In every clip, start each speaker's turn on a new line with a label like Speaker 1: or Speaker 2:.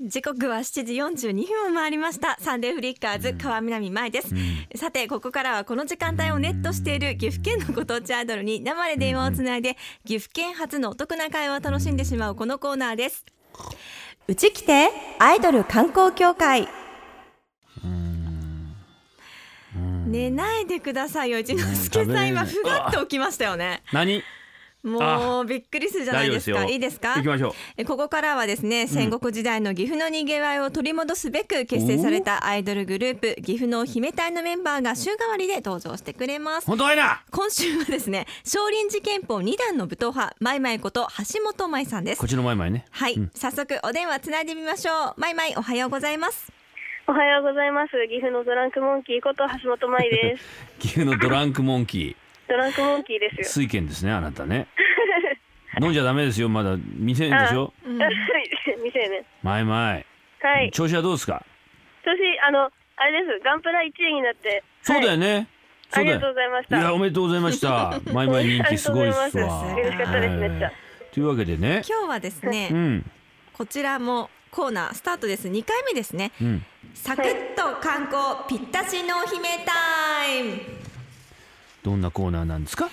Speaker 1: 時刻は7時42分を回りましたサンデーフリッカーズ川南舞です、さてここからはこの時間帯をネットしている岐阜県のご当地アイドルに生で電話をつないで岐阜県初のお得な会話を楽しんでしまうこのコーナーですうち来てアイドル観光協会寝ないでくださいよ一之輔
Speaker 2: うん食べ
Speaker 1: さ
Speaker 2: れな
Speaker 1: 今
Speaker 2: んい
Speaker 1: ふがっと起きましたよね
Speaker 2: 何
Speaker 1: もうびっくりするじゃないですかいいですか
Speaker 2: 行きましょう
Speaker 1: えここからはですね戦国時代の岐阜のにぎわいを取り戻すべく結成されたアイドルグループ岐阜の姫隊のメンバーが週替わりで登場してくれます
Speaker 2: 本当はいな
Speaker 1: 今週はですね少林寺拳法二段の武闘派マイマイこと橋本舞さんです
Speaker 2: こっちの前前ね
Speaker 1: はい、早速お電話つないでみましょうマイマイおはようございます
Speaker 3: おはようございます。岐阜のドランクモンキーこと橋本舞です。
Speaker 2: 岐阜のドランクモン キ
Speaker 3: ドランクモンキー
Speaker 2: ー
Speaker 3: ですよ。
Speaker 2: 水拳ですねあなたね飲んじゃダメですよまだ未成年でしょ
Speaker 3: はい、未成年。
Speaker 2: 前前
Speaker 3: はい。
Speaker 2: 調子はどうですか
Speaker 3: 調子、あの、あれです。ガンプラ1位になって。
Speaker 2: そうだ
Speaker 3: はい
Speaker 2: よね
Speaker 3: あ
Speaker 2: そう
Speaker 3: り
Speaker 2: だ
Speaker 3: がとう
Speaker 2: よ
Speaker 3: ございまし
Speaker 2: い
Speaker 3: た。
Speaker 2: やおめでとうございました 前前人気すごいっすわ
Speaker 3: ありがとうございます嬉しかったですめっちゃ
Speaker 2: はいというわけでね
Speaker 1: 今日はですね、
Speaker 2: うん
Speaker 1: こちらもコーナースタートです2回目ですね
Speaker 2: うん
Speaker 1: サクッと観光ぴったしのお姫タイム
Speaker 2: どんなコーナーなんですか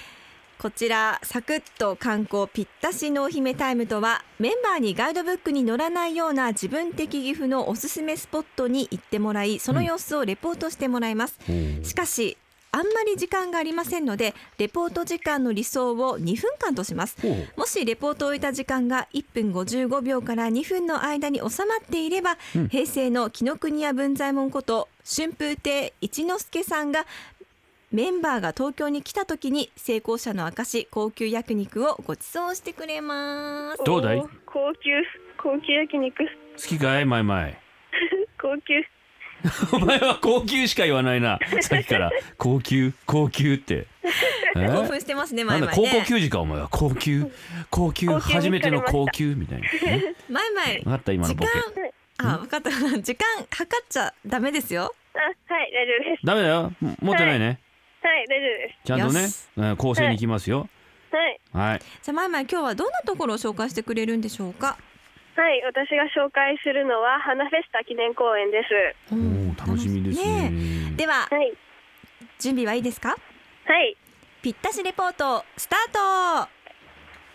Speaker 1: こちらサクッと観光ぴったしのお姫タイムとはメンバーにガイドブックに載らないような自分的岐阜のおすすめスポットに行ってもらいその様子をレポートしてもらいます、
Speaker 2: おー
Speaker 1: しかしあんまり時間がありませんのでレポート時間の理想を2分間とします
Speaker 2: ほう
Speaker 1: もしレポートを置いた時間が1分55秒から2分の間に収まっていれば、
Speaker 2: うん
Speaker 1: 平成の紀ノ国屋文左衛門こと春風亭一之輔さんがメンバーが東京に来た時に成功者の証高級焼肉をご馳走してくれます
Speaker 2: どうだい
Speaker 3: おー高級、高級焼肉。
Speaker 2: 好きかい前前
Speaker 3: 高級。
Speaker 2: お前は高級しか言わないなさっきから高級高級ってえ
Speaker 1: 興奮してますね
Speaker 2: な
Speaker 1: 前
Speaker 2: んだ
Speaker 1: 々
Speaker 2: 高校
Speaker 1: ね
Speaker 2: 球児かお前は高級高級
Speaker 3: 高級に惹かれました
Speaker 2: 初めての高級み たいな
Speaker 1: 前
Speaker 2: 分か
Speaker 1: 々
Speaker 2: った今の
Speaker 1: 時
Speaker 2: ボ
Speaker 1: 間
Speaker 2: ケ
Speaker 1: あ分かった 時間計っちゃダメですよ
Speaker 3: あ、はい、大丈夫です。
Speaker 2: ダメだよも持ってないね、
Speaker 3: はい、大丈夫です。
Speaker 2: ちゃんとね
Speaker 1: よし
Speaker 2: うん構成に行きますよ
Speaker 3: はい。
Speaker 2: はい
Speaker 1: じゃあ前々今日はどんなところを紹介してくれるんでしょうか
Speaker 3: はい、私が紹介するのは、花フェスタ記念公園です。
Speaker 2: おー楽しみですね
Speaker 1: ねえでは
Speaker 3: はい。
Speaker 1: 準備はいいですか
Speaker 3: はい。
Speaker 1: ぴったしレポートスタート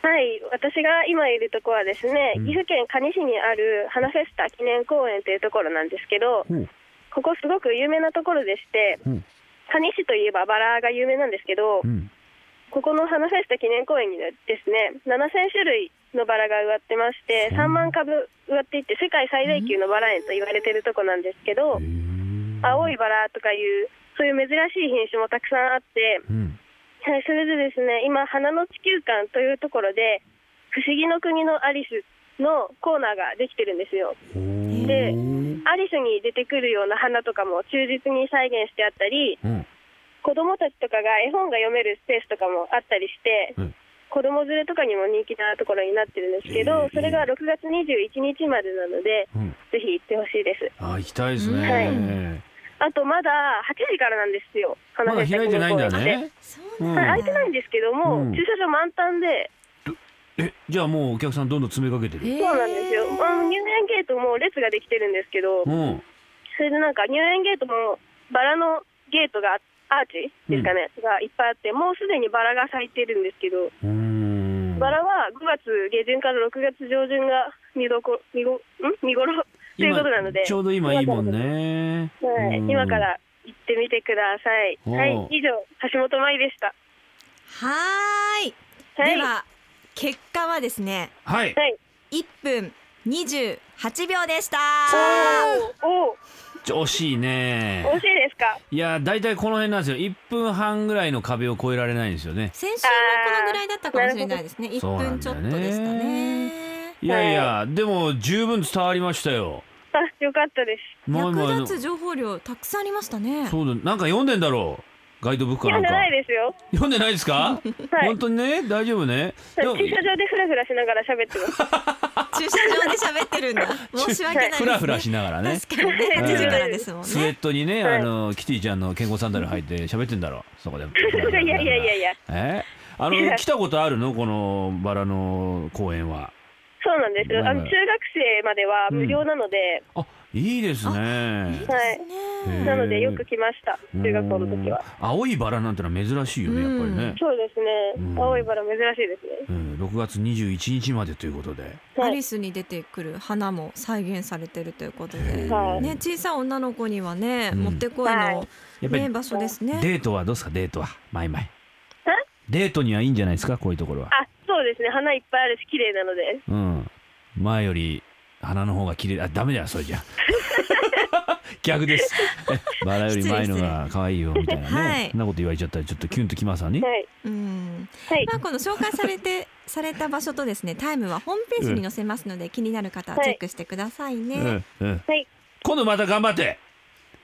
Speaker 3: はい、私が今いるところはですね、
Speaker 2: うん
Speaker 3: 岐阜県可児市にある花フェスタ記念公園というところなんですけど、
Speaker 2: ほう
Speaker 3: ここすごく有名なところでして、
Speaker 2: うん
Speaker 3: 可児市といえばバラが有名なんですけど、
Speaker 2: うん
Speaker 3: ここの花フェスタ記念公園にですね、7000種類のバラが植わってまして、
Speaker 2: うん
Speaker 3: 3万株植わっていて、世界最大級のバラ園と言われてるとこなんですけど、
Speaker 2: へー
Speaker 3: 青いバラとかいう、そういう珍しい品種もたくさんあって、
Speaker 2: うん
Speaker 3: はい、それでですね、今、花の地球館というところで、不思議の国のアリスのコーナーができてるんですよ。
Speaker 2: おー
Speaker 3: でアリスに出てくるような花とかも忠実に再現してあったり、
Speaker 2: うん
Speaker 3: 子供たちとかが絵本が読めるスペースとかもあったりして、
Speaker 2: うん
Speaker 3: 子供連れとかにも人気なところになってるんですけど、
Speaker 2: えー
Speaker 3: それが6月21日までなので、
Speaker 2: うん
Speaker 3: ぜひ行ってほしいです。
Speaker 2: あ行きたいです
Speaker 3: はい
Speaker 2: ね
Speaker 3: あと、まだ8時からなんですよ、
Speaker 2: まだ
Speaker 3: 花
Speaker 2: 開いてないんだ
Speaker 3: フェスタ記念公園って。
Speaker 2: ね
Speaker 1: そう
Speaker 2: うん
Speaker 3: はい
Speaker 1: な
Speaker 3: 開いてないんですけども、
Speaker 2: うん
Speaker 3: 駐車場満タンで、
Speaker 2: えじゃあもうお客さんどんどん詰めかけてる
Speaker 3: そうなんですよ。あの入園ゲートも列ができてるんですけ
Speaker 2: う
Speaker 3: ど、
Speaker 2: ん
Speaker 3: それでなんか入園ゲートもバラのゲートがアーチですかね、がいっぱいあって、もうすでにバラが咲いてるんですけど、
Speaker 2: うーん
Speaker 3: バラは5月下旬から6月上旬が見どこ見ごん見頃ということなので
Speaker 2: 今、ちょうど今いいもんね
Speaker 3: はい、
Speaker 2: うん
Speaker 3: 今から行ってみてください。
Speaker 2: おう
Speaker 3: はい、以上橋本舞でした。
Speaker 1: はーい
Speaker 3: はい、
Speaker 1: では結果はですね
Speaker 2: はい
Speaker 3: はい、
Speaker 1: 1分28秒でした
Speaker 3: おお
Speaker 2: 惜しいね
Speaker 3: 惜しいですか。
Speaker 2: いやー大体この辺なんですよ1分半ぐらいの壁を越えられないんですよね
Speaker 1: 先週はこのぐらいだったかもしれないですね1
Speaker 2: そうな
Speaker 1: 分
Speaker 2: んだ
Speaker 1: ち
Speaker 2: よ
Speaker 1: ょっ
Speaker 2: ね
Speaker 1: とでしたね
Speaker 2: いやいやでも十分伝わりましたよ
Speaker 3: あ、よかったです。
Speaker 2: まあまあ
Speaker 1: 役立つ情報量たくさんありましたね
Speaker 2: そうだなんか読んでんだろうガイドブックか
Speaker 3: 読
Speaker 2: なんん
Speaker 3: で
Speaker 2: か
Speaker 3: ないですよ。
Speaker 2: 読んでないですか、
Speaker 3: はい
Speaker 2: 本当にね大丈夫ね
Speaker 3: 駐
Speaker 2: でも
Speaker 3: 車場でフラフラしながら喋ってま す。
Speaker 1: 駐車場で喋ってるんだ申し訳ないですね
Speaker 2: ふらふらしながらね
Speaker 1: 確かにね
Speaker 2: うん
Speaker 1: 8時からですもん
Speaker 2: スウェ
Speaker 1: ね
Speaker 2: ットにね、
Speaker 3: は
Speaker 2: あ
Speaker 3: い
Speaker 2: のキティちゃんの健康サンダル履いて喋ってんだろうそこで
Speaker 3: いやいやいやいや。
Speaker 2: えあの来たことあるのこのバラの公園は
Speaker 3: そうなんですよ。あの中学生までは無料なので、
Speaker 2: あいいですね
Speaker 3: はい。
Speaker 2: うん
Speaker 3: なのでよく来ました。中学校の時は。
Speaker 2: うん青いバラなんてのは珍しいよねやっぱりね、
Speaker 3: そうです
Speaker 2: うん
Speaker 3: ね。青いバラ珍しいですね。
Speaker 2: うん、6月21日までということで
Speaker 1: ア
Speaker 3: は
Speaker 1: リ
Speaker 3: い。
Speaker 1: スに出てくる花も再現されてるということ
Speaker 2: へ
Speaker 1: で、
Speaker 3: はい
Speaker 1: ね、小さい女の子にはね、
Speaker 2: うん
Speaker 1: もってこいの、
Speaker 2: やっぱり
Speaker 1: ね、場所ですね。
Speaker 2: デートはどうですかデートはマイマイデートにはいいんじゃないですかこういうところは
Speaker 3: あ、そうですね。花いっぱいあるし綺麗なので。
Speaker 2: うん前より花の方が綺麗あダメだよそれ じゃ逆ですえバラより前のが可愛いよみたいなね、
Speaker 1: はい
Speaker 2: そんなこと言われちゃったらちょっとキュンときますわね、
Speaker 3: はい。
Speaker 1: うん
Speaker 3: はい。
Speaker 1: まあ、この紹介されてされた場所とですねタイムはホームページに載せますので、気になる方はチェックしてくださいね。
Speaker 2: うんうん
Speaker 3: はい。
Speaker 2: 今度また頑張って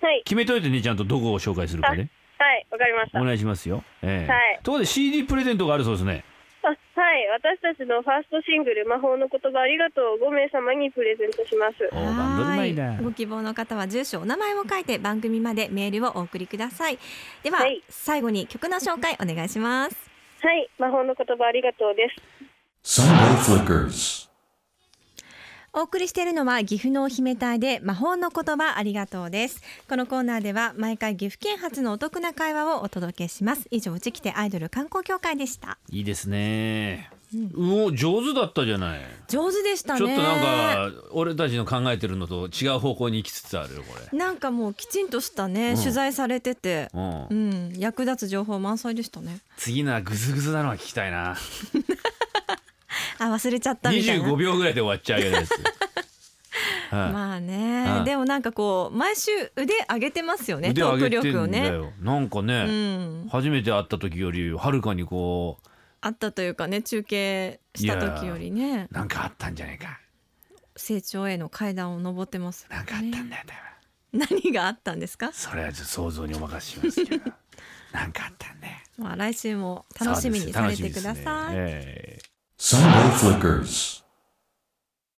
Speaker 3: はい。
Speaker 2: 決めといてねちゃんとどこを紹介するかね
Speaker 3: はい。わかりました。
Speaker 2: お
Speaker 3: あ、
Speaker 2: 願いしますよ、ええ
Speaker 3: はい
Speaker 2: ところで CD プレゼントがあるそうですね
Speaker 3: はい。私たちのファーストシングル、魔法の言葉ありがとうを5名様にプレゼントします。
Speaker 2: お頑張るまいな
Speaker 1: はいご希望の方は住所お名前を書いて番組までメールをお送りくださいでは、
Speaker 3: はい
Speaker 1: 最後に曲の紹介お願いします
Speaker 3: はい。魔法の言葉ありがとうです。
Speaker 4: Sunday Flickers.
Speaker 1: お送りしているのは岐阜のお姫隊で魔法の言葉ありがとうですこのコーナーでは毎回岐阜県発のお得な会話をお届けします以上うちきてアイドル観光協会でした
Speaker 2: いいですね、うお上手だったじゃない
Speaker 1: 上手でしたね
Speaker 2: ちょっとなんか俺たちの考えてるのと違う方向に行きつつあるよこれ
Speaker 1: なんかもうきちんとしたね、
Speaker 2: うん
Speaker 1: 取材されてて、
Speaker 2: うん
Speaker 1: うん、役立つ情報満載でしたね
Speaker 2: 次のはグズグズなのは聞きたいな
Speaker 1: あ忘れちゃったみたいな
Speaker 2: 25秒ぐらいで終わっちゃうよう ですはい
Speaker 1: まあね、
Speaker 2: はい
Speaker 1: でもなんかこう毎週腕上げてますよね
Speaker 2: 腕
Speaker 1: ト
Speaker 2: 上
Speaker 1: ーク
Speaker 2: げて
Speaker 1: 力を
Speaker 2: んだ
Speaker 1: ね、
Speaker 2: よなんか
Speaker 1: う
Speaker 2: ね、
Speaker 1: ん、
Speaker 2: 初めて会った時よりはるかにこ
Speaker 1: あったというかね中継した時よりね
Speaker 2: うなんかあったんじゃないか
Speaker 1: 成長への階段を登ってますよ
Speaker 2: なんかあったん
Speaker 1: ね
Speaker 2: だよ多分
Speaker 1: 何があったんですか、
Speaker 2: それはちょっと想像にお任せしますけど なんかあったんだよ
Speaker 1: まあ、来週も楽しみにされてください、
Speaker 2: そうです楽しみですねええ
Speaker 4: Sunday Flickers.